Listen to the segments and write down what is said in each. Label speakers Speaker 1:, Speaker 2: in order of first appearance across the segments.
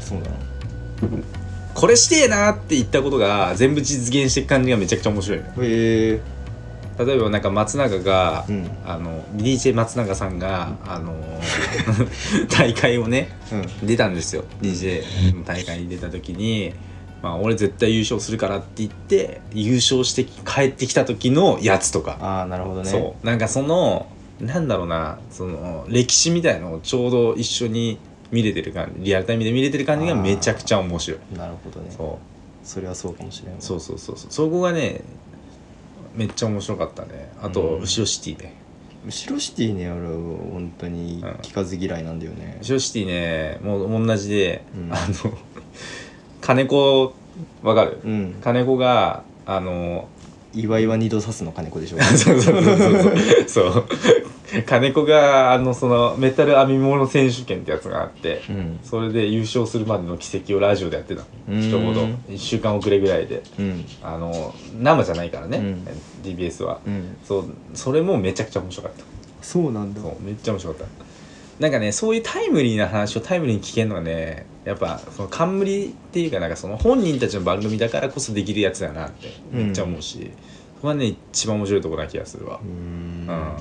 Speaker 1: そうなのこれしてえなって言ったことが全部実現していく感じがめちゃくちゃ面白いの
Speaker 2: へえ
Speaker 1: 例えばなんか松永が、
Speaker 2: うん
Speaker 1: あの DJ 松永さんが、あの 大会をね
Speaker 2: うん
Speaker 1: 出たんですよ DJ の大会に出た時に、まあ、俺絶対優勝するからって言って優勝して帰ってきた時のやつとか、
Speaker 2: ああなるほどね
Speaker 1: そうなんかそのなんだろうなその歴史みたいのをちょうど一緒に見れてる感じリアルタイムで見れてる感じがめちゃくちゃ面白い。
Speaker 2: なるほどねそ
Speaker 1: そう
Speaker 2: れはそうかもしれない
Speaker 1: そうそうそうそうそこがねめっちゃ面白かったねあと、
Speaker 2: うん
Speaker 1: 後ろシティね
Speaker 2: 後ろシティね俺は本当に聞かず嫌いなんだよね、
Speaker 1: 後ろシティねもう同じで、
Speaker 2: うん
Speaker 1: あの 金子わかる、
Speaker 2: うん
Speaker 1: 金子があの
Speaker 2: 岩井は二度刺すの金子 でしょ
Speaker 1: そうそうそうそうそう金子があのそのメタル編み物選手権ってやつがあって、
Speaker 2: うん
Speaker 1: それで優勝するまでの軌跡をラジオでやってたの
Speaker 2: うん
Speaker 1: 一言1週間遅れぐらいで
Speaker 2: うん
Speaker 1: あの生じゃないからね、
Speaker 2: うん
Speaker 1: DBS は、
Speaker 2: うん
Speaker 1: そうそれもめちゃくちゃ面白かった
Speaker 2: そうなんだ
Speaker 1: そうめっちゃ面白かったなんかねそういうタイムリーな話をタイムリーに聞けるのがねやっぱその冠っていうかなんかその本人たちの番組だからこそできるやつだなってめっちゃ思うし、そこがね一番面白いところな気がするわ
Speaker 2: うー
Speaker 1: う
Speaker 2: ん
Speaker 1: ん、
Speaker 2: あ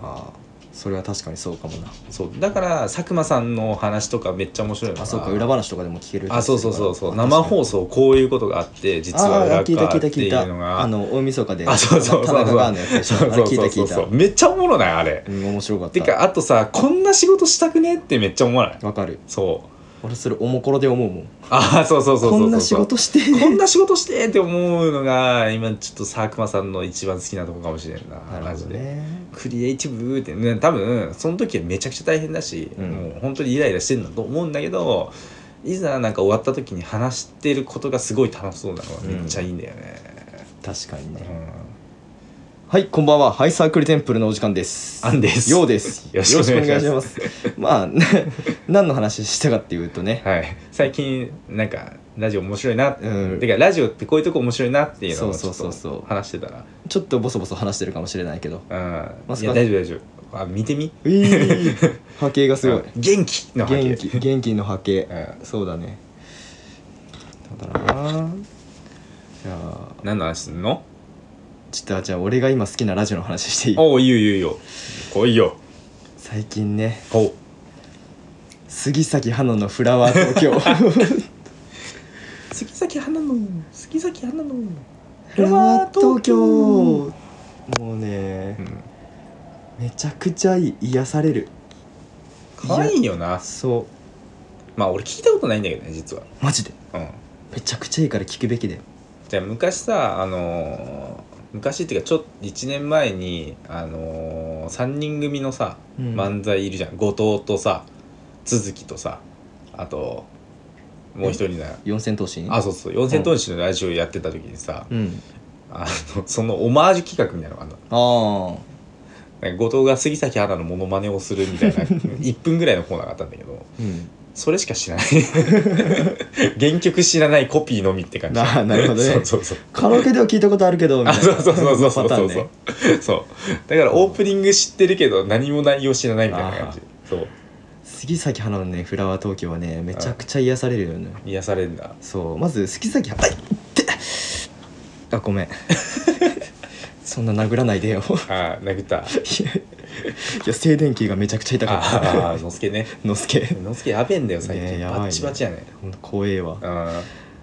Speaker 2: あそれは確かにそうかもな
Speaker 1: そうだから佐久間さんの話とかめっちゃ面白いのが
Speaker 2: あそうか裏話とかでも聞ける
Speaker 1: あそうそうそうそう
Speaker 2: あ
Speaker 1: 生放
Speaker 2: 送
Speaker 1: 送こういうことがあって実は裏
Speaker 2: あ
Speaker 1: 側
Speaker 2: あ
Speaker 1: って
Speaker 2: 聞いた聞いた聞
Speaker 1: い
Speaker 2: い
Speaker 1: の
Speaker 2: うた
Speaker 1: が
Speaker 2: あの大晦日で
Speaker 1: あそうそうそう
Speaker 2: 田
Speaker 1: そう
Speaker 2: 中がのやつでしょ
Speaker 1: そう
Speaker 2: あ
Speaker 1: そ
Speaker 2: れ
Speaker 1: う
Speaker 2: 聞いた
Speaker 1: そうそ
Speaker 2: 聞いうた
Speaker 1: そうめっちゃおもろないあれ
Speaker 2: うん面白かった
Speaker 1: てかあとさこんな仕事したくねってめっちゃ思わない
Speaker 2: わかる
Speaker 1: そう
Speaker 2: 俺それおもころで思うもん
Speaker 1: ああそうそうそうそうそう
Speaker 2: こんな仕事して
Speaker 1: こんな仕事してって思うのが今ちょっと佐久間さんの一番好きなとこかもしれんな
Speaker 2: なるほど
Speaker 1: マジで
Speaker 2: ね
Speaker 1: クリエイティブって、ね、多分その時はめちゃくちゃ大変だし、
Speaker 2: うん
Speaker 1: もう本当にイライラしてるんだと思うんだけどいざなんか終わった時に話してることがすごい楽しそうなのがめっちゃいいんだよね、
Speaker 2: 確かに
Speaker 1: うん
Speaker 2: ねはいこんばんはハイサークルテンプルのお時間です
Speaker 1: アンです
Speaker 2: ようです
Speaker 1: よろしくお願いし
Speaker 2: よろ
Speaker 1: ま
Speaker 2: しくお願いしますまあ 何の話したかっていうとね
Speaker 1: はい最近なんかラジオ面白いなって、
Speaker 2: うん
Speaker 1: てかラジオってこういうとこ面白いなっていうのをち
Speaker 2: そ
Speaker 1: ょ
Speaker 2: う
Speaker 1: っと
Speaker 2: そうそうそう
Speaker 1: 話してたら
Speaker 2: ちょっとボソボソ話してるかもしれないけど
Speaker 1: う
Speaker 2: ま
Speaker 1: ん
Speaker 2: さ
Speaker 1: い
Speaker 2: か
Speaker 1: や大丈夫大丈夫あ見てみ
Speaker 2: ういー波形がすごい
Speaker 1: あ元気の波
Speaker 2: 元
Speaker 1: 形
Speaker 2: 気元気の波形
Speaker 1: う
Speaker 2: そうだねだからなじゃあ
Speaker 1: ん何の話すんの
Speaker 2: ちょっとあじゃあ俺が今好きなラジオの話していい
Speaker 1: おおいいよいいよいいよ来いよ
Speaker 2: 最近ね
Speaker 1: お
Speaker 2: 杉咲花の「フラワー 東京」
Speaker 1: 杉崎花の杉崎花の
Speaker 2: フラワー東京もうね、
Speaker 1: うん
Speaker 2: めちゃくちゃいい癒される
Speaker 1: 可愛いよな
Speaker 2: そ
Speaker 1: まあ俺聞いたことないんだけどね実は
Speaker 2: うマジで
Speaker 1: うん
Speaker 2: めちゃくちゃいいから聞くべきだよ
Speaker 1: じゃあ昔さあのー昔っていうかちょっと1年前にあのー、3人組のさ
Speaker 2: うん
Speaker 1: 漫才いるじゃん、後藤とさ都築とさあともう一人な
Speaker 2: 四千頭身
Speaker 1: あそうそう四千頭身のラジオやってた時にさ、
Speaker 2: うん
Speaker 1: あのそのオマージュ企画みたいなのがあんの
Speaker 2: あ
Speaker 1: なんか後藤が杉咲花のモノマネをするみ たいな1分ぐらいのコーナーがあったんだけど
Speaker 2: ーうん
Speaker 1: それしか知らない 原曲知らないコピーのみって感じ
Speaker 2: あーなるほどね
Speaker 1: そうそうそう
Speaker 2: カラオケでは聞いたことあるけどみた
Speaker 1: あ
Speaker 2: いな
Speaker 1: そうそうそうそうそう
Speaker 2: パタ
Speaker 1: そ
Speaker 2: ー
Speaker 1: う
Speaker 2: ンね
Speaker 1: そうだからオープニング知ってるけど何も内容知らないみたいな感じそう
Speaker 2: 杉咲花のねフラワー東京はねめちゃくちゃ癒されるよね
Speaker 1: 癒されるんだ
Speaker 2: そうまず杉咲花あいってあごめ んそんな殴らないでよ
Speaker 1: あー殴った
Speaker 2: い やいや静電気がめちゃくちゃ痛かった
Speaker 1: ああのすけね
Speaker 2: のすけ
Speaker 1: のすけやべえんだよ最
Speaker 2: ね
Speaker 1: 近、
Speaker 2: えやばいね
Speaker 1: バッチバチやね
Speaker 2: ほんと怖えわ
Speaker 1: あ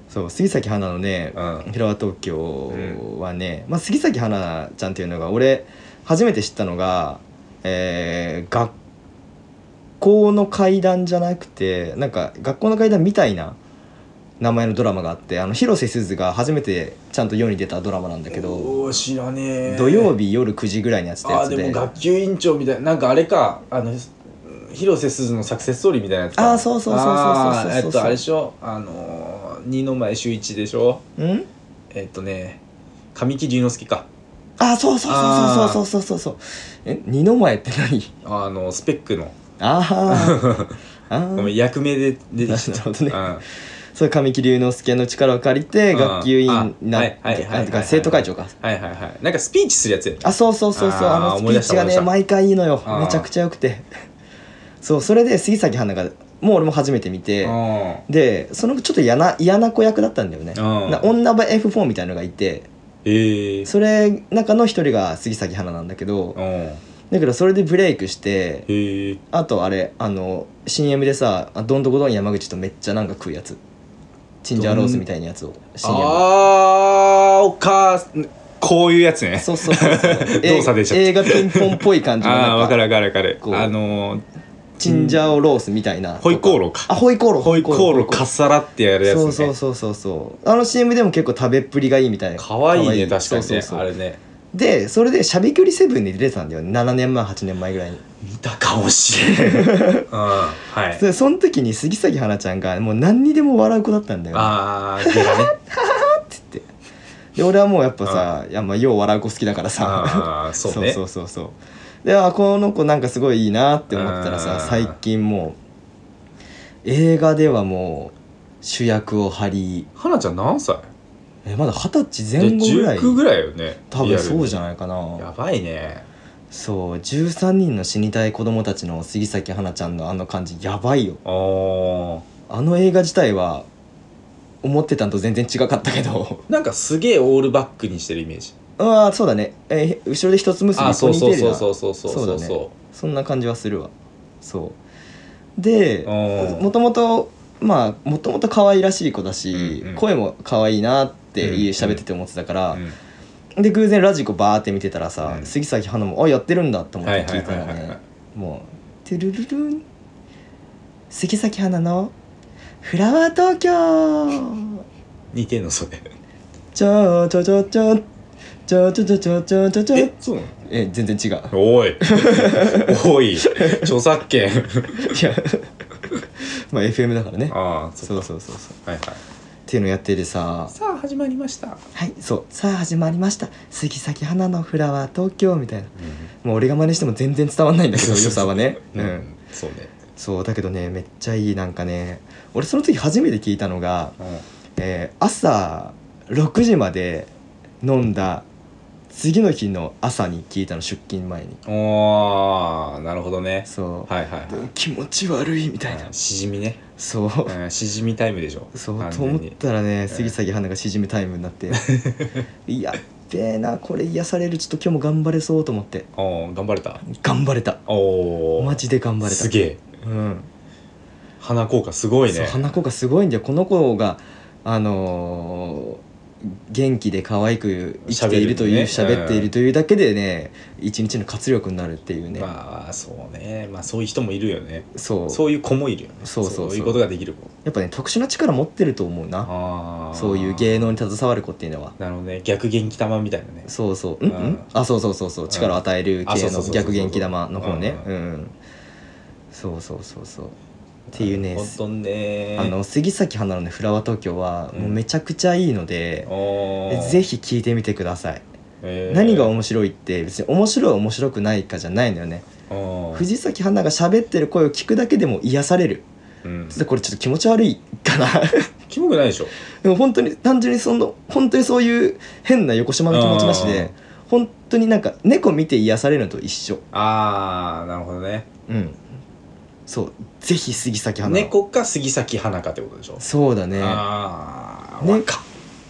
Speaker 2: そう杉咲花のね
Speaker 1: うん
Speaker 2: フラワー東京はね、まあ、杉咲花ちゃんっていうのが俺初めて知ったのが、えー学校の階段じゃなくてなんか学校の階段みたいな名前のドラマがあってあの広瀬すずが初めてちゃんと世に出たドラマなんだけど
Speaker 1: おー知らねえ
Speaker 2: 土曜日夜9時ぐらいにやってた
Speaker 1: あ
Speaker 2: や
Speaker 1: ー
Speaker 2: つ
Speaker 1: でも
Speaker 2: で。
Speaker 1: 学級委員長みたいななんかあれかあの広瀬すずのサクセスストーリーみたいなやつか
Speaker 2: あーそうそうそうそうそう
Speaker 1: あー
Speaker 2: そ
Speaker 1: え
Speaker 2: うそうそう
Speaker 1: っとあれでしょあのー二の前周一でしょ
Speaker 2: うん
Speaker 1: えっとね神木隆之介か
Speaker 2: あそうそうそうそうそうそうそうそうえ二の前って何
Speaker 1: あのスペックの
Speaker 2: あーあー
Speaker 1: ごめん役名で出てき
Speaker 2: な
Speaker 1: た
Speaker 2: るほどね
Speaker 1: うん
Speaker 2: そう神木隆之介の力を借りて
Speaker 1: うん
Speaker 2: 学級委員になっ
Speaker 1: あはいはい
Speaker 2: て
Speaker 1: はい
Speaker 2: なんていうか生徒会長か
Speaker 1: はいはいはいなんかスピーチするやつやね
Speaker 2: あそうそうそうそう
Speaker 1: あー
Speaker 2: あのスピ
Speaker 1: 思い
Speaker 2: ー
Speaker 1: 出し
Speaker 2: チ
Speaker 1: た
Speaker 2: が
Speaker 1: 思い出し
Speaker 2: ね
Speaker 1: た
Speaker 2: 毎回いいのよ
Speaker 1: あー
Speaker 2: めちゃくちゃ良くてそうそれで杉咲花がもう俺も初めて見て
Speaker 1: うん
Speaker 2: でそのちょっと嫌な嫌な子役だったんだよね
Speaker 1: うん
Speaker 2: な女場 F4 みたいのがいて
Speaker 1: ええ
Speaker 2: それ中の一人が杉咲花なんだけど
Speaker 1: うんへ
Speaker 2: だけどそれでブレイクして
Speaker 1: え
Speaker 2: あとあれあの CM でさあどんどこどん山口とめっちゃなんか食うやつチンジャーロースみたいなやつを CM
Speaker 1: あーお母さんこういうやつね
Speaker 2: そうそうそうそう
Speaker 1: 動作出ちゃった
Speaker 2: 映画ピンポンっぽい感じの
Speaker 1: ああ
Speaker 2: な
Speaker 1: 分
Speaker 2: ん
Speaker 1: か
Speaker 2: か
Speaker 1: る分かる分かる
Speaker 2: こう
Speaker 1: あのー
Speaker 2: チンジャーロースみたいな
Speaker 1: ホイコーローか
Speaker 2: あホイコーロー
Speaker 1: ホイコーロ
Speaker 2: ホ
Speaker 1: かっさらってやるやつね
Speaker 2: そうそうそうそうそうあの CM でも結構食べっぷりがいいみたいな
Speaker 1: かわいいね確かにね
Speaker 2: そうそうそう
Speaker 1: あれね
Speaker 2: でそれで「しゃべくりセブン」に出てたんだよね7年前8年前ぐらいに
Speaker 1: 見たかもしれ ないうんはい
Speaker 2: でその時に杉咲花ちゃんがもう何にでも笑う子だったんだよね
Speaker 1: ああゲラね
Speaker 2: で俺はもうやっぱさいや まあよう笑う子好きだからさ
Speaker 1: ああそうね
Speaker 2: そうそうそうそうであこの子なんかすごいいいなって思ったら
Speaker 1: あ
Speaker 2: さ
Speaker 1: ー
Speaker 2: 最近もう映画ではもう主役を張り
Speaker 1: 花ちゃん何歳
Speaker 2: えまだ二十歳
Speaker 1: で
Speaker 2: 前後ぐらい
Speaker 1: 19ぐらいよね
Speaker 2: 多分そうじゃ
Speaker 1: ん
Speaker 2: ないか
Speaker 1: や
Speaker 2: な
Speaker 1: ばいね
Speaker 2: そう13人の死にたい子供たちの杉咲花ちゃんのあの感じやばいよ
Speaker 1: あー
Speaker 2: あの映画自体は思ってたんと全然違かったけど
Speaker 1: なんかすげえオールバックにしてるイメージ
Speaker 2: ああそうだね、えー後ろで一つ結び
Speaker 1: あー
Speaker 2: ポ
Speaker 1: そう
Speaker 2: ニーテ
Speaker 1: そう
Speaker 2: ール
Speaker 1: そう
Speaker 2: な
Speaker 1: そうそうそう
Speaker 2: そ
Speaker 1: そう
Speaker 2: うだね
Speaker 1: そ
Speaker 2: そんな感じはするわそうで
Speaker 1: うん
Speaker 2: もともとまあもともと可愛らしい子だし、
Speaker 1: うんうん
Speaker 2: 声も可愛いなっていう
Speaker 1: うんうん
Speaker 2: 喋ってて思ってたから
Speaker 1: う、うん
Speaker 2: で偶然ラジコバーって見てたらさ、
Speaker 1: うん
Speaker 2: 杉咲花も「あやってるんだ」と思って聞いたら
Speaker 1: はいはいはいはいは
Speaker 2: ね
Speaker 1: い
Speaker 2: もう「トゥルルルン杉咲花のフラワー東京」
Speaker 1: 似てんのそれ
Speaker 2: ちょちょちょちょちょちょちょちょちょちょちょ
Speaker 1: えそうなの
Speaker 2: え全然 違う
Speaker 1: おいおい著作 権
Speaker 2: いや まあ FM だからね
Speaker 1: ああそ
Speaker 2: そううそうそうそうっ
Speaker 1: はいはい
Speaker 2: ていうのやっててさ
Speaker 1: さあ始まりました、
Speaker 2: はいそうさあ始まりました杉咲花のフラワー東京みたいな もう俺が真似しても全然伝わんないんだけど良さはね
Speaker 1: う
Speaker 2: うんん
Speaker 1: そうね、
Speaker 2: そうだけどねめっちゃいいなんかね俺その時初めて聞いたのが、
Speaker 1: うん、
Speaker 2: えー朝6時まで飲んだ次の日の朝に聞いたの出勤前に
Speaker 1: おーなるほどね
Speaker 2: そう
Speaker 1: はいはいはい
Speaker 2: でも気持ち悪いみたいな、
Speaker 1: しじみね、
Speaker 2: そう、
Speaker 1: うん、しじみタイムでしょ
Speaker 2: そう
Speaker 1: 完
Speaker 2: と
Speaker 1: 全
Speaker 2: 思っ
Speaker 1: に
Speaker 2: たらね杉咲花がしじみタイムになって やっべえなこれ癒されるちょっと今日も頑張れそうと思って
Speaker 1: おー頑張れた
Speaker 2: 頑張れた
Speaker 1: おお
Speaker 2: マジで頑張れた
Speaker 1: すげえ
Speaker 2: うん
Speaker 1: 花効果すごい
Speaker 2: そう
Speaker 1: ね
Speaker 2: 花子がすごいんだよこの子があのー元気で可愛く生きているという
Speaker 1: 喋るね
Speaker 2: 喋、っているというだけでね一日の活力になるっていうね、
Speaker 1: まあそうねまあそういう人もいるよね
Speaker 2: そう
Speaker 1: そういう子もいるよね
Speaker 2: そうそうそう
Speaker 1: いうことができる子
Speaker 2: やっぱね特殊な力持ってると思うな
Speaker 1: ああ
Speaker 2: そういう芸能に携わる子っていうのは
Speaker 1: なるほどね逆元気玉みたいなね
Speaker 2: そうそうん、う
Speaker 1: うん
Speaker 2: ん、あそうそうそうそう力を与える
Speaker 1: あそ
Speaker 2: 系
Speaker 1: うそう
Speaker 2: の
Speaker 1: そうそう
Speaker 2: 逆元気玉の方ね
Speaker 1: う
Speaker 2: うんん、うん、そうそうそうそうっていうね
Speaker 1: 本当ね
Speaker 2: あの杉咲花のね「フラワー東京」はもうめちゃくちゃいいので、
Speaker 1: おー
Speaker 2: ぜひ聴いてみてください
Speaker 1: えー
Speaker 2: 何が面白いって別に面白い面白くないかじゃないんだよね
Speaker 1: おー
Speaker 2: 藤崎花が喋ってる声を聞くだけでも癒される
Speaker 1: うん
Speaker 2: ちょっとこれちょっと気持ち悪いかな
Speaker 1: キモくないでしょ
Speaker 2: でも本当に単純にその本当にそういう変な横島の気持ちなし
Speaker 1: あー
Speaker 2: で本当になんか猫見て癒されるのと一緒
Speaker 1: ああなるほどね
Speaker 2: うんそうぜひ杉咲花
Speaker 1: 猫か杉咲花かってことでしょ
Speaker 2: そうだね
Speaker 1: ああ
Speaker 2: ね
Speaker 1: わか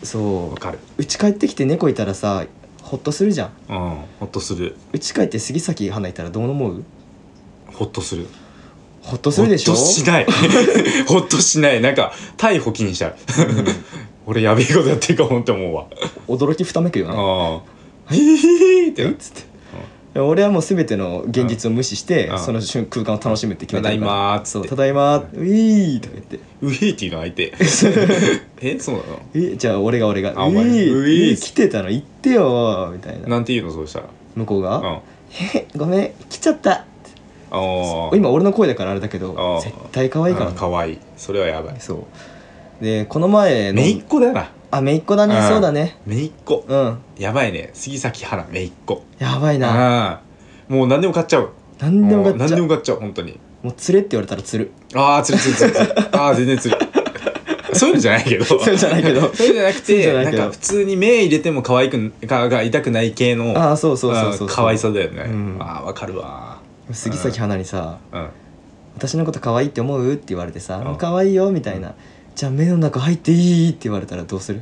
Speaker 2: そ
Speaker 1: わかる
Speaker 2: ううち帰ってきて猫いたらさほっとするじゃん
Speaker 1: うんほっとする
Speaker 2: うち帰って杉咲花いたらどう思う
Speaker 1: ほっとする
Speaker 2: ほっとするでしょ
Speaker 1: ほっとしない ほっとしないなんか逮捕気にしちゃう俺やべえことやってるかもって思うわ
Speaker 2: うん驚きふためくよね
Speaker 1: ああへへへってな
Speaker 2: え
Speaker 1: っ
Speaker 2: っつって俺はもう全ての現実を無視して
Speaker 1: うん
Speaker 2: その瞬空間を楽しむって決
Speaker 1: た
Speaker 2: め
Speaker 1: だい
Speaker 2: てるから
Speaker 1: まーっつ
Speaker 2: そ
Speaker 1: っ
Speaker 2: う
Speaker 1: て
Speaker 2: ただいまウィーとか言って
Speaker 1: ウィーっていうの相 手えそうなの
Speaker 2: えじゃあ俺が俺がウ
Speaker 1: あお
Speaker 2: ィ
Speaker 1: 前
Speaker 2: ー
Speaker 1: ウ
Speaker 2: ウ
Speaker 1: ィー
Speaker 2: ィー来てたの言ってよみたいな
Speaker 1: なんて言うのそうしたら
Speaker 2: 向こう
Speaker 1: うん
Speaker 2: が
Speaker 1: あ
Speaker 2: 「へごめん来ちゃった
Speaker 1: あ」ー
Speaker 2: 今俺の声だからあれだけ
Speaker 1: あ
Speaker 2: ど
Speaker 1: ー
Speaker 2: 絶対可愛いか
Speaker 1: う
Speaker 2: ら
Speaker 1: ん
Speaker 2: ね
Speaker 1: かわいいそれはやばい
Speaker 2: そうでこの前の
Speaker 1: めいっ子だな
Speaker 2: あめいっ子だね
Speaker 1: うん
Speaker 2: そうだね
Speaker 1: めいっ子
Speaker 2: うん
Speaker 1: やばいね杉咲花めいっ子
Speaker 2: やばいな
Speaker 1: ああもう何でも買っちゃう
Speaker 2: 何でも
Speaker 1: う
Speaker 2: 買
Speaker 1: 何
Speaker 2: っ
Speaker 1: で
Speaker 2: ちゃう
Speaker 1: も
Speaker 2: も
Speaker 1: 買っちゃう本当に
Speaker 2: う釣れって言われたら釣る
Speaker 1: ああ釣る釣る釣る釣るああ全然釣る そういうのじゃないけどそう
Speaker 2: いうのじゃないけど
Speaker 1: そういうのじゃなく
Speaker 2: そういうの
Speaker 1: て
Speaker 2: じゃな
Speaker 1: ないん
Speaker 2: けど
Speaker 1: か普通に目入れても可愛くかが痛くない系の
Speaker 2: ああそうそうそうそう
Speaker 1: あー可愛さだよね、
Speaker 2: うん
Speaker 1: ああわかるわ
Speaker 2: 杉咲花にさ
Speaker 1: うん
Speaker 2: 私のこと可愛いって思う?」って言われてさ
Speaker 1: うん
Speaker 2: 「うん可愛いよ」みたいな「じゃあ目の中入っていい?」って言われたらどうする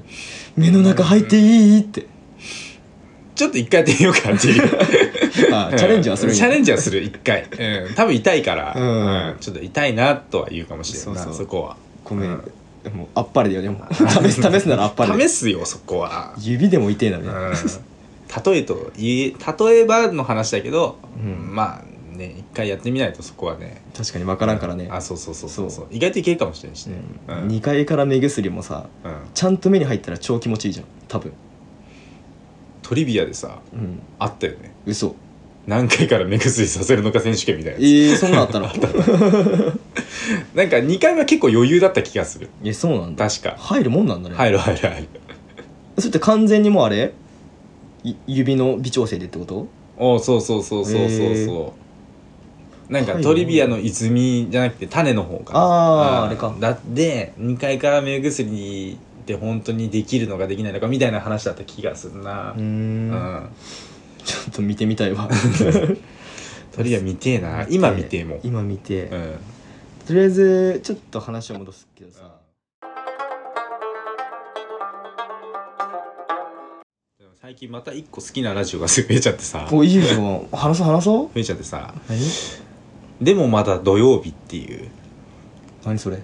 Speaker 2: 目の中入っていいって
Speaker 1: ちょっと一回やってみようかっていう
Speaker 2: あ チャレンジはするん
Speaker 1: チャレ
Speaker 2: ン
Speaker 1: ンジはする一回、うん、多分痛いから、
Speaker 2: うん
Speaker 1: ちょっと痛いなとは言うかもしれないな
Speaker 2: そうそう
Speaker 1: そこは
Speaker 2: ごめん
Speaker 1: うん
Speaker 2: もうあっぱれだよでも試す試すならあっぱれ
Speaker 1: 試すよそこは、
Speaker 2: 指でも痛いな
Speaker 1: う
Speaker 2: み
Speaker 1: ん、
Speaker 2: たいな
Speaker 1: 例えと言え例えばの話だけど、
Speaker 2: うん
Speaker 1: まあね一回やってみないとそこはね
Speaker 2: 確かに分からんからね
Speaker 1: あそうそうそうそうそう意外といけるかもしれんしね、うん
Speaker 2: 2階から目薬もさ
Speaker 1: うん、
Speaker 2: ちゃんと目に入ったら超気持ちいいじゃん多分
Speaker 1: トリビアでさ
Speaker 2: うん
Speaker 1: あったよね
Speaker 2: 嘘
Speaker 1: 何回から目薬させるのか選手権みたいなや
Speaker 2: えー、そんなん あったの
Speaker 1: つなんか2回は結構余裕だった気がする
Speaker 2: えそうなんだ
Speaker 1: 確か
Speaker 2: 入るもんなんだね、
Speaker 1: 入る入る入る
Speaker 2: それって完全にもうあれい指の微調整でってこと
Speaker 1: おうそうそうそうそうそう
Speaker 2: へ
Speaker 1: そうなん
Speaker 2: は
Speaker 1: か
Speaker 2: い
Speaker 1: トリビアの泉じゃなくて種の方かな
Speaker 2: あー
Speaker 1: うん
Speaker 2: あれか
Speaker 1: だって2回から目薬って本当にできるのかできないのかみたいな話だった気がするな
Speaker 2: うー
Speaker 1: うんん
Speaker 2: ちょっと見てみたいわ
Speaker 1: トリビア見てえな 今見てえもん
Speaker 2: 今見て、
Speaker 1: うん
Speaker 2: とりあえずちょっと話を戻すけどさ、
Speaker 1: でも最近また一個好きなラジオが増えちゃってさ
Speaker 2: こういいよ話そう話そう
Speaker 1: 増えちゃってさ
Speaker 2: 何
Speaker 1: でもまだ土曜日っていう
Speaker 2: 何それ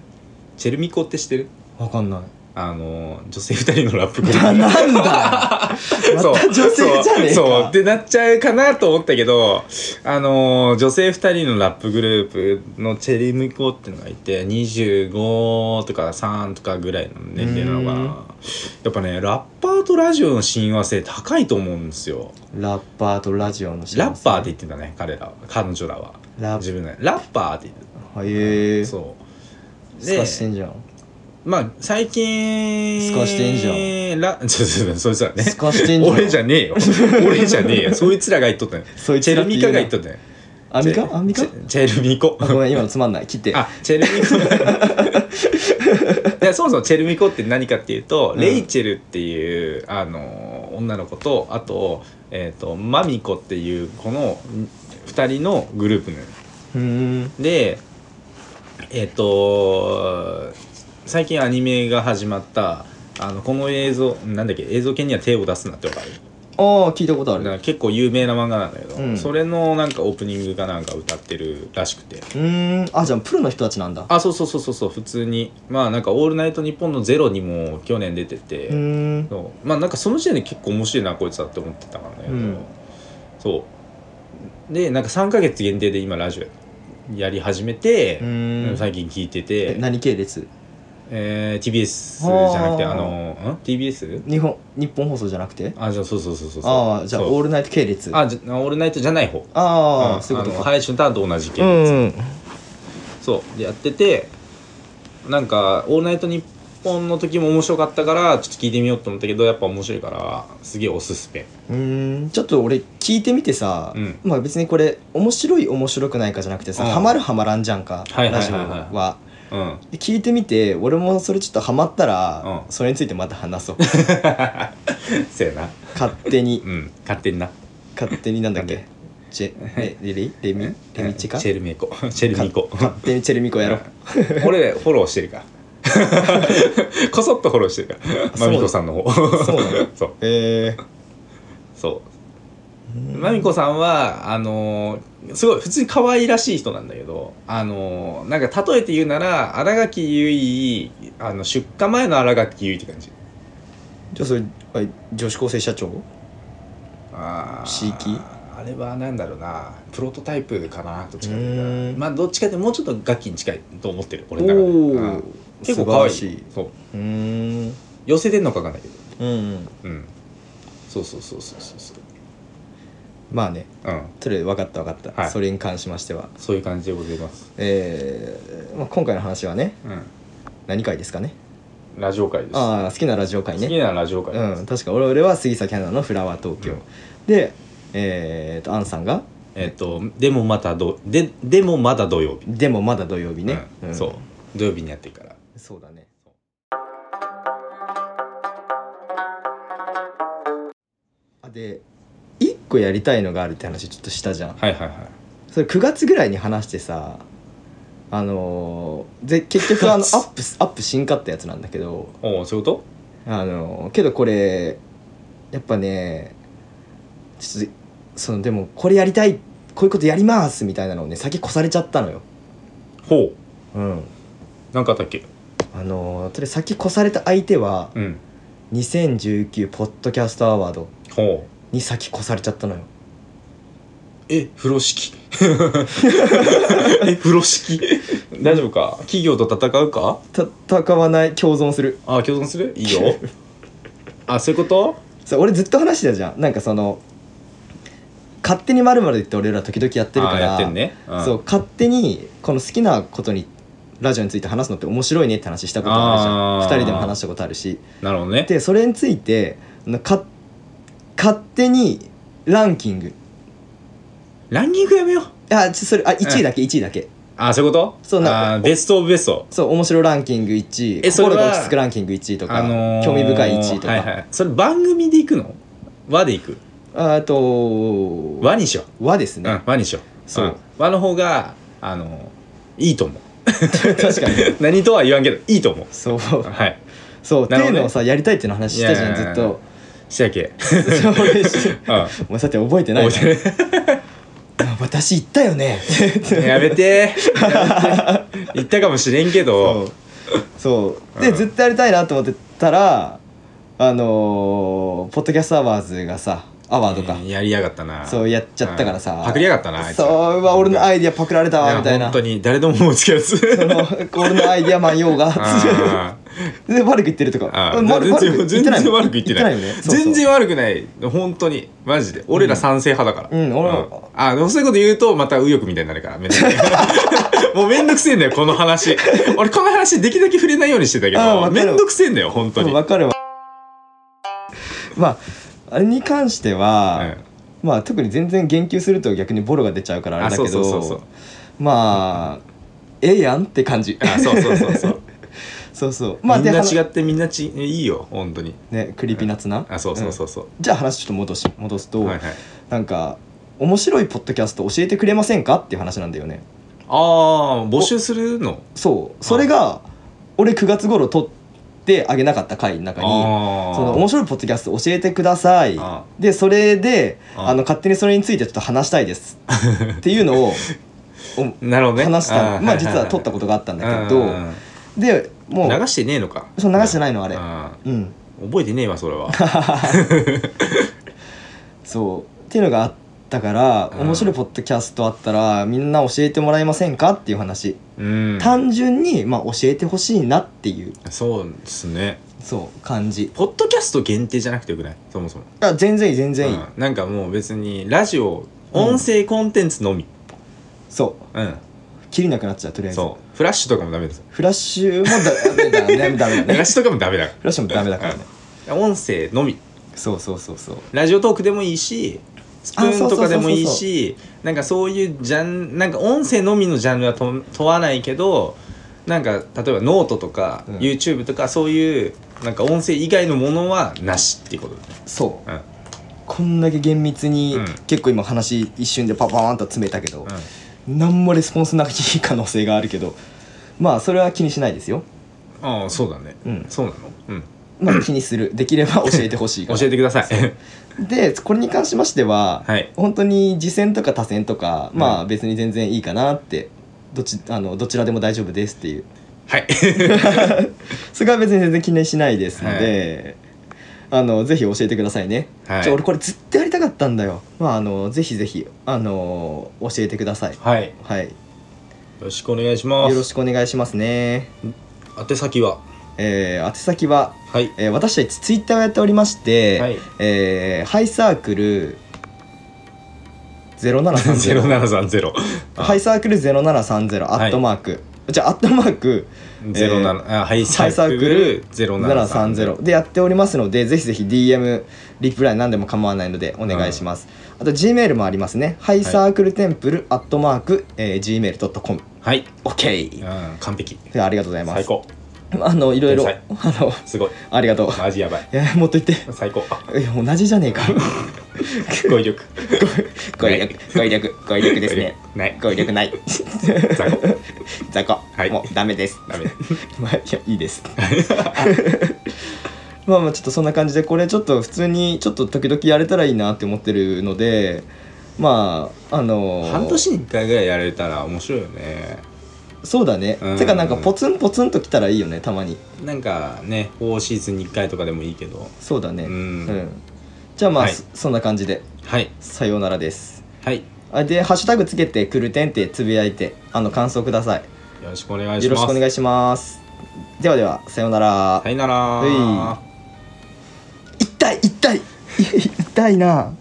Speaker 1: チェルミコって知ってる
Speaker 2: わか んない
Speaker 1: あの女性2人のラップグループ
Speaker 2: あなんだま
Speaker 1: そう
Speaker 2: た女性じゃねえか
Speaker 1: そうそうってなっちゃうかなと思ったけどあのー女性2人のラップグループのチェリムコってのがいて25とか3とかぐらいの年齢なのか
Speaker 2: うん
Speaker 1: なやっぱねラッパーとラジオの親和性高いと思うんですよ
Speaker 2: ラッパーとラジオの幸せ
Speaker 1: ラッパーって言ってたね彼らは彼女らは
Speaker 2: ラ
Speaker 1: 自
Speaker 2: ッ
Speaker 1: 分でラッパーって言って
Speaker 2: パーへえ
Speaker 1: た
Speaker 2: ス
Speaker 1: そう
Speaker 2: カしてんじゃん
Speaker 1: まあ最近
Speaker 2: スカしてんじ
Speaker 1: ゃんラちょっとちょっと そいつらね
Speaker 2: スカしてんじゃん
Speaker 1: 俺じゃねえよ俺じゃねえよそいつらが言っとったね
Speaker 2: そい
Speaker 1: チ
Speaker 2: つ
Speaker 1: ェ
Speaker 2: ら
Speaker 1: ル
Speaker 2: って
Speaker 1: ミカ
Speaker 2: 言う
Speaker 1: が言
Speaker 2: な
Speaker 1: っとったね
Speaker 2: アンミカ
Speaker 1: チェ
Speaker 2: アンミカ
Speaker 1: チェチェルミコ
Speaker 2: あごめん今のつまんない切って
Speaker 1: あチェルミコいやそもそもチェルミコ って何かっていうと、
Speaker 2: うん
Speaker 1: レイチェルっていうあの女の子とあと,、えー、とマミコっていうこの2人のグループなのよ
Speaker 2: うーん
Speaker 1: でえっ、と最近アニメが始まったあのこの映像なんだっけ映像系には手を出すなってわかる
Speaker 2: ああ聞いたことあ
Speaker 1: だから
Speaker 2: る
Speaker 1: 結構有名な漫画なんだけど、
Speaker 2: うん
Speaker 1: それのなんかオープニングかなんか歌ってるらしくて
Speaker 2: うーんあじゃあプロの人たちなんだ
Speaker 1: あそうそうそうそうそう普通にまあなんか「オールナイトニッポン」の「ゼロにも去年出てて、
Speaker 2: うーん
Speaker 1: そうまあなんかその時点で結構面白いなこいつだって思ってたからね、
Speaker 2: うん
Speaker 1: そうでなんか3ヶ月限定で今ラジオやり始めて
Speaker 2: う、ーん
Speaker 1: 最近聞いて
Speaker 2: え
Speaker 1: て
Speaker 2: 何系列
Speaker 1: えー、TBS じゃなくて
Speaker 2: あー
Speaker 1: あのん TBS?
Speaker 2: 日本日本放送じゃなくて
Speaker 1: あじゃあそうそうそうそうそう
Speaker 2: ああじゃあ
Speaker 1: そう
Speaker 2: オールナイト系列あ
Speaker 1: あじゃオールナイトじゃない方
Speaker 2: あ
Speaker 1: ん
Speaker 2: ーそういうこと
Speaker 1: の
Speaker 2: か
Speaker 1: 配信とはと同じ系、
Speaker 2: うん
Speaker 1: そうでやっててなんか「オールナイトニッポン」の時も面白かったからちょっと聞いてみようと思ったけどやっぱ面白いからすげえおすすめ
Speaker 2: うーんちょっと俺聞いてみてさ、
Speaker 1: うん
Speaker 2: まあ別にこれ面白い面白くないかじゃなくてさ、
Speaker 1: うん
Speaker 2: ハマるハマらんじゃんか、
Speaker 1: はいはい
Speaker 2: ラ
Speaker 1: はい
Speaker 2: ジオ
Speaker 1: はい
Speaker 2: は
Speaker 1: うん
Speaker 2: で聞いてみて俺もそれちょっとハマったら、
Speaker 1: うん
Speaker 2: それについてまた話 そう
Speaker 1: せやな
Speaker 2: 勝手に
Speaker 1: うん勝手にな
Speaker 2: 勝手になんだっ
Speaker 1: なん
Speaker 2: けチェレレレレミレミチェか
Speaker 1: チェルミコ チェルミコ
Speaker 2: か勝手にチェルミコやろう
Speaker 1: 俺フォローしてる からこそっとフォローしてるから
Speaker 2: そう
Speaker 1: まみこさんの方
Speaker 2: そうなの
Speaker 1: そう
Speaker 2: えー
Speaker 1: そうまみこさんはあのーすごい普通に可愛らしい人なんだけどあのーなんか例えて言うなら新垣結衣あの出荷前の新垣結衣って感じ
Speaker 2: じゃあそれあ女子高生社長
Speaker 1: あー
Speaker 2: 椎木
Speaker 1: あれはなんだろうなプロトタイプかなどっちかっていう
Speaker 2: うー
Speaker 1: と
Speaker 2: ん
Speaker 1: まあどっちかってもうちょっとガキに近いと思ってる俺
Speaker 2: お
Speaker 1: の中で
Speaker 2: ー
Speaker 1: うん
Speaker 2: 素
Speaker 1: 結構
Speaker 2: 晴
Speaker 1: 可
Speaker 2: ら
Speaker 1: 愛
Speaker 2: し
Speaker 1: い
Speaker 2: い
Speaker 1: そう
Speaker 2: うーん
Speaker 1: 寄せてんのかわかんないけど
Speaker 2: うんうん
Speaker 1: うんそうそうそうそうそうそう
Speaker 2: まあね
Speaker 1: うん
Speaker 2: とりあえず分かった分かった、
Speaker 1: はい
Speaker 2: それに関しましては
Speaker 1: そういう感じでございます
Speaker 2: えーまあ、今回の話はね
Speaker 1: うん
Speaker 2: 何回ですかね
Speaker 1: ラジオ界です
Speaker 2: ああ好きなラジオ会
Speaker 1: 好き
Speaker 2: ね
Speaker 1: なラジオ界
Speaker 2: うん確か俺俺は杉咲花の「フラワー東京」
Speaker 1: うん
Speaker 2: でえー、とアンさんが
Speaker 1: えっと、でもまたどででもまだ土曜
Speaker 2: 「
Speaker 1: 日
Speaker 2: でもまだ土曜日ね」
Speaker 1: うん
Speaker 2: ん
Speaker 1: そう土曜日にやってるから
Speaker 2: そうだねあで一個やりたいのがあるって話ちょっとしたじゃん
Speaker 1: はいはいはい
Speaker 2: それ9月ぐらいに話してさあのーで結局あのアップアップ進化ってやつなんだけど
Speaker 1: おおそういうこ
Speaker 2: あのけどこれやっぱねちょっとそのでもこれやりたいこういうことやりますみたいなのをね先越されちゃったのよ。
Speaker 1: とほう
Speaker 2: うん、
Speaker 1: なんかあったっけ
Speaker 2: あのそれ先越された相手は
Speaker 1: うん
Speaker 2: 2019ポッドキャストアワード
Speaker 1: ほう
Speaker 2: に先越されちゃったのよ。
Speaker 1: え風呂敷え風呂敷大丈夫か企業と戦うか
Speaker 2: た戦わない共存する
Speaker 1: あ共存するいいよ あそういうこと
Speaker 2: そう俺ずっと話してたじゃんなんかその勝手にまるまるって俺ら時々やってるか
Speaker 1: あ
Speaker 2: ら
Speaker 1: やってんね、うん
Speaker 2: そう勝手にこの好きなことにラジオについて話すのって面白いねって話したことあるじゃん
Speaker 1: あー
Speaker 2: 2人でも話したことあるし
Speaker 1: なるほどね
Speaker 2: でそれについてあのか勝手にランキング
Speaker 1: ランキングやめよう
Speaker 2: あちそれあ1位だけ1位だけ
Speaker 1: あそういうこと
Speaker 2: そうな
Speaker 1: あーベストオブベスト
Speaker 2: そう面白ランキング1位
Speaker 1: えそれは
Speaker 2: 心が落ち着くランキング1位とか、
Speaker 1: あのー
Speaker 2: 興味深い1位とか、
Speaker 1: はいはい、それ番組で行くの和で行く
Speaker 2: あと
Speaker 1: 和にしよ
Speaker 2: 和です
Speaker 1: う、
Speaker 2: ね、
Speaker 1: うん、和にしよう
Speaker 2: そうん
Speaker 1: 和の方があのいいと思う
Speaker 2: 確かに
Speaker 1: 何とは言わんけどいいと思う
Speaker 2: そう
Speaker 1: はい
Speaker 2: そう、って
Speaker 1: なる
Speaker 2: い
Speaker 1: ほどね
Speaker 2: うのをさやりたいっていうの話したじゃん
Speaker 1: いやい
Speaker 2: ず
Speaker 1: や
Speaker 2: っ
Speaker 1: いや
Speaker 2: と
Speaker 1: したっけ
Speaker 2: そう 俺し
Speaker 1: う
Speaker 2: お前さて覚えて
Speaker 1: ん
Speaker 2: ないな
Speaker 1: 覚え て
Speaker 2: あ私言ったよね
Speaker 1: るやめてやめ て言ったかもしれんけ
Speaker 2: そ
Speaker 1: ど
Speaker 2: うそうで、
Speaker 1: うん
Speaker 2: ずっとやりたいなと思ってたらあのーポッドキャストアワーズがさアワードか、
Speaker 1: えーやりやがったな
Speaker 2: そうやっちゃったから
Speaker 1: う
Speaker 2: さ
Speaker 1: んパクりやがったなあいつ
Speaker 2: そううわ俺のア
Speaker 1: イ
Speaker 2: イディアパクられたわみたいな
Speaker 1: 本当に誰でも思いつくやつ
Speaker 2: そ の 俺のアイディアマン用が
Speaker 1: あー
Speaker 2: で悪く言ってるとか
Speaker 1: あー
Speaker 2: うん悪
Speaker 1: 全然
Speaker 2: 悪く言っ
Speaker 1: 全然悪く言っ
Speaker 2: てない
Speaker 1: てない
Speaker 2: よねそうそう
Speaker 1: 全然悪くない本当にマジで俺ら賛成派だから
Speaker 2: うんうん俺も
Speaker 1: あでもそういうこと言うとまた右翼みたいになるからめんどくさ いもうめんどくせえんだよこの話俺この話できるだけ触れないようにしてたけ
Speaker 2: あーわ
Speaker 1: ど
Speaker 2: かる
Speaker 1: めんどくせえんだよ本当に、
Speaker 2: わかるわまああれに関しては、
Speaker 1: うん
Speaker 2: まあ特に全然言及すると逆にボロが出ちゃうからあれだけど
Speaker 1: あそうそうそうそう
Speaker 2: まあええやんって感じ
Speaker 1: あそうそうそうそう
Speaker 2: そうそう まあ
Speaker 1: みんな違
Speaker 2: う
Speaker 1: ってみんなちいいよ本当に
Speaker 2: ねクリピーナッツな
Speaker 1: あそうそうそううそ
Speaker 2: んじゃあ話ちょっと戻し戻す
Speaker 1: う、
Speaker 2: と、
Speaker 1: はいはい
Speaker 2: なんか面白いポッドキャスト教えてくれませんかっていう話なんだよね
Speaker 1: ああ募集するの
Speaker 2: そうそれが俺9月頃撮ってあげなかった回の中に
Speaker 1: ああ
Speaker 2: その面白いポッドキャスト教えてください
Speaker 1: あ
Speaker 2: でそれで
Speaker 1: あ
Speaker 2: あの勝手にそれについてちょっと話したいです っていうのをお
Speaker 1: なるほどね
Speaker 2: 話した
Speaker 1: あー
Speaker 2: まあ
Speaker 1: いいい
Speaker 2: 実は撮ったことがあったんだけ
Speaker 1: う
Speaker 2: ど
Speaker 1: んうん
Speaker 2: で
Speaker 1: う
Speaker 2: も
Speaker 1: ん流
Speaker 2: う
Speaker 1: してねえのか
Speaker 2: そう流してないのあれ
Speaker 1: うん
Speaker 2: うん
Speaker 1: 覚えてねえわそれ は
Speaker 2: そうっていうのがあったから
Speaker 1: うん
Speaker 2: 面白いポッドキャストあったらみんな教えてもらえませんかっていう話
Speaker 1: うん
Speaker 2: 単純にまあ教えてほしいなっていう
Speaker 1: そうですね
Speaker 2: そう感じ
Speaker 1: ポッドキャスト限定じゃなくてよくないそもそも
Speaker 2: あ全然いい全然いい
Speaker 1: うんなんかもう別にラジオ音声コンテンツのみ
Speaker 2: そ
Speaker 1: うん、
Speaker 2: う切りなくなっちゃうとりあえず
Speaker 1: そうフラッシュとかもダメですよ
Speaker 2: フラッシュもダメだねダメだ
Speaker 1: フ ラッ
Speaker 2: ね
Speaker 1: シュとかもダメだか
Speaker 2: フラッシュもダメだからね
Speaker 1: ら音声のみ
Speaker 2: そうそうそうそう
Speaker 1: ラジオトークでもいいしスプ
Speaker 2: あそ
Speaker 1: ーン
Speaker 2: うそ
Speaker 1: と
Speaker 2: うそうそうそう
Speaker 1: かでもいいしなんかそういうジャンなんか音声のみのジャンルはと問わないけどなんか例えばノートとか、
Speaker 2: うん
Speaker 1: YouTube とかそういうなんか音声以外のものはなしっていうことだね
Speaker 2: そう
Speaker 1: うん
Speaker 2: こんだけ厳密に、
Speaker 1: うん
Speaker 2: 結構今話一瞬でパパーンと詰めたけど
Speaker 1: うん、
Speaker 2: 何もレスポンスなくていい可能性があるけどまあそれは気にしないですよ、
Speaker 1: ああそうだね、
Speaker 2: うん
Speaker 1: そうなの、うん、
Speaker 2: まあ、気に するできれば教えてほしいか
Speaker 1: 教
Speaker 2: ら
Speaker 1: えてください
Speaker 2: でこれに関しましては、
Speaker 1: はい
Speaker 2: 本当に次戦とか多戦とかま
Speaker 1: う
Speaker 2: あ別に全然いいかなってどっちあのどちらでも大丈夫ですっていう
Speaker 1: はい
Speaker 2: それは別に全然気にしないですので、あのぜひ教えてくださいね、
Speaker 1: はい
Speaker 2: ちょ俺これずっとやりたかったんだよまああのぜひぜひあの教えてください
Speaker 1: はいよ
Speaker 2: はい
Speaker 1: ろしくお願いします
Speaker 2: よろしくお願いしますね。
Speaker 1: 宛先は
Speaker 2: えー、宛先は、
Speaker 1: はい
Speaker 2: えー、私たちツイッターをやっておりまして、
Speaker 1: はい
Speaker 2: えーハイサークル0730
Speaker 1: 0730
Speaker 2: ハイサークル0730アットマーク、じゃあアットマーク
Speaker 1: 07あハイサ
Speaker 2: ハイサ
Speaker 1: ー
Speaker 2: ー
Speaker 1: ク
Speaker 2: ク
Speaker 1: ル
Speaker 2: ル
Speaker 1: 0730
Speaker 2: 0730でやっておりますのでぜひぜひ DM リプライ何でも構わないのでお願いします、あと G メールもありますねハイサークルテンプルアットマーク Gmail.comOK、
Speaker 1: はい、
Speaker 2: OK
Speaker 1: うん、完璧
Speaker 2: ではありがとうございます
Speaker 1: 最高
Speaker 2: あのいろいろ
Speaker 1: 天
Speaker 2: あの
Speaker 1: すご い
Speaker 2: ありがとう
Speaker 1: マジやばい
Speaker 2: いやもっと言って
Speaker 1: 最高あ
Speaker 2: いや同じじゃねえか
Speaker 1: 語彙力
Speaker 2: 語彙力語彙力語彙力 ですね
Speaker 1: 語彙力 ない
Speaker 2: 語彙力ない
Speaker 1: 雑魚
Speaker 2: 雑魚、
Speaker 1: はい
Speaker 2: もうダメです
Speaker 1: ダメ
Speaker 2: まあいやいいです まあまあちょっとそんな感じでこれちょっと普通にちょっと時々やれたらいいなって思ってるのでまああのー
Speaker 1: 半年に1回ぐらいやれたら面白いよね
Speaker 2: そうだね
Speaker 1: うん
Speaker 2: てかなんかポツンポツンと来たらいいよねたまに
Speaker 1: なんかね4シーズンに1回とかでもいいけど
Speaker 2: そうだね
Speaker 1: うん
Speaker 2: じゃあまあ、
Speaker 1: はい
Speaker 2: そそんな感じで
Speaker 1: はい
Speaker 2: さようならです
Speaker 1: はい
Speaker 2: あでハッシュタグつけてくるてんってつぶやいてあの感想ください
Speaker 1: よろしくお願いします
Speaker 2: よろしくお願いしますではではさようなら、
Speaker 1: さよなら
Speaker 2: はい痛い痛い痛いな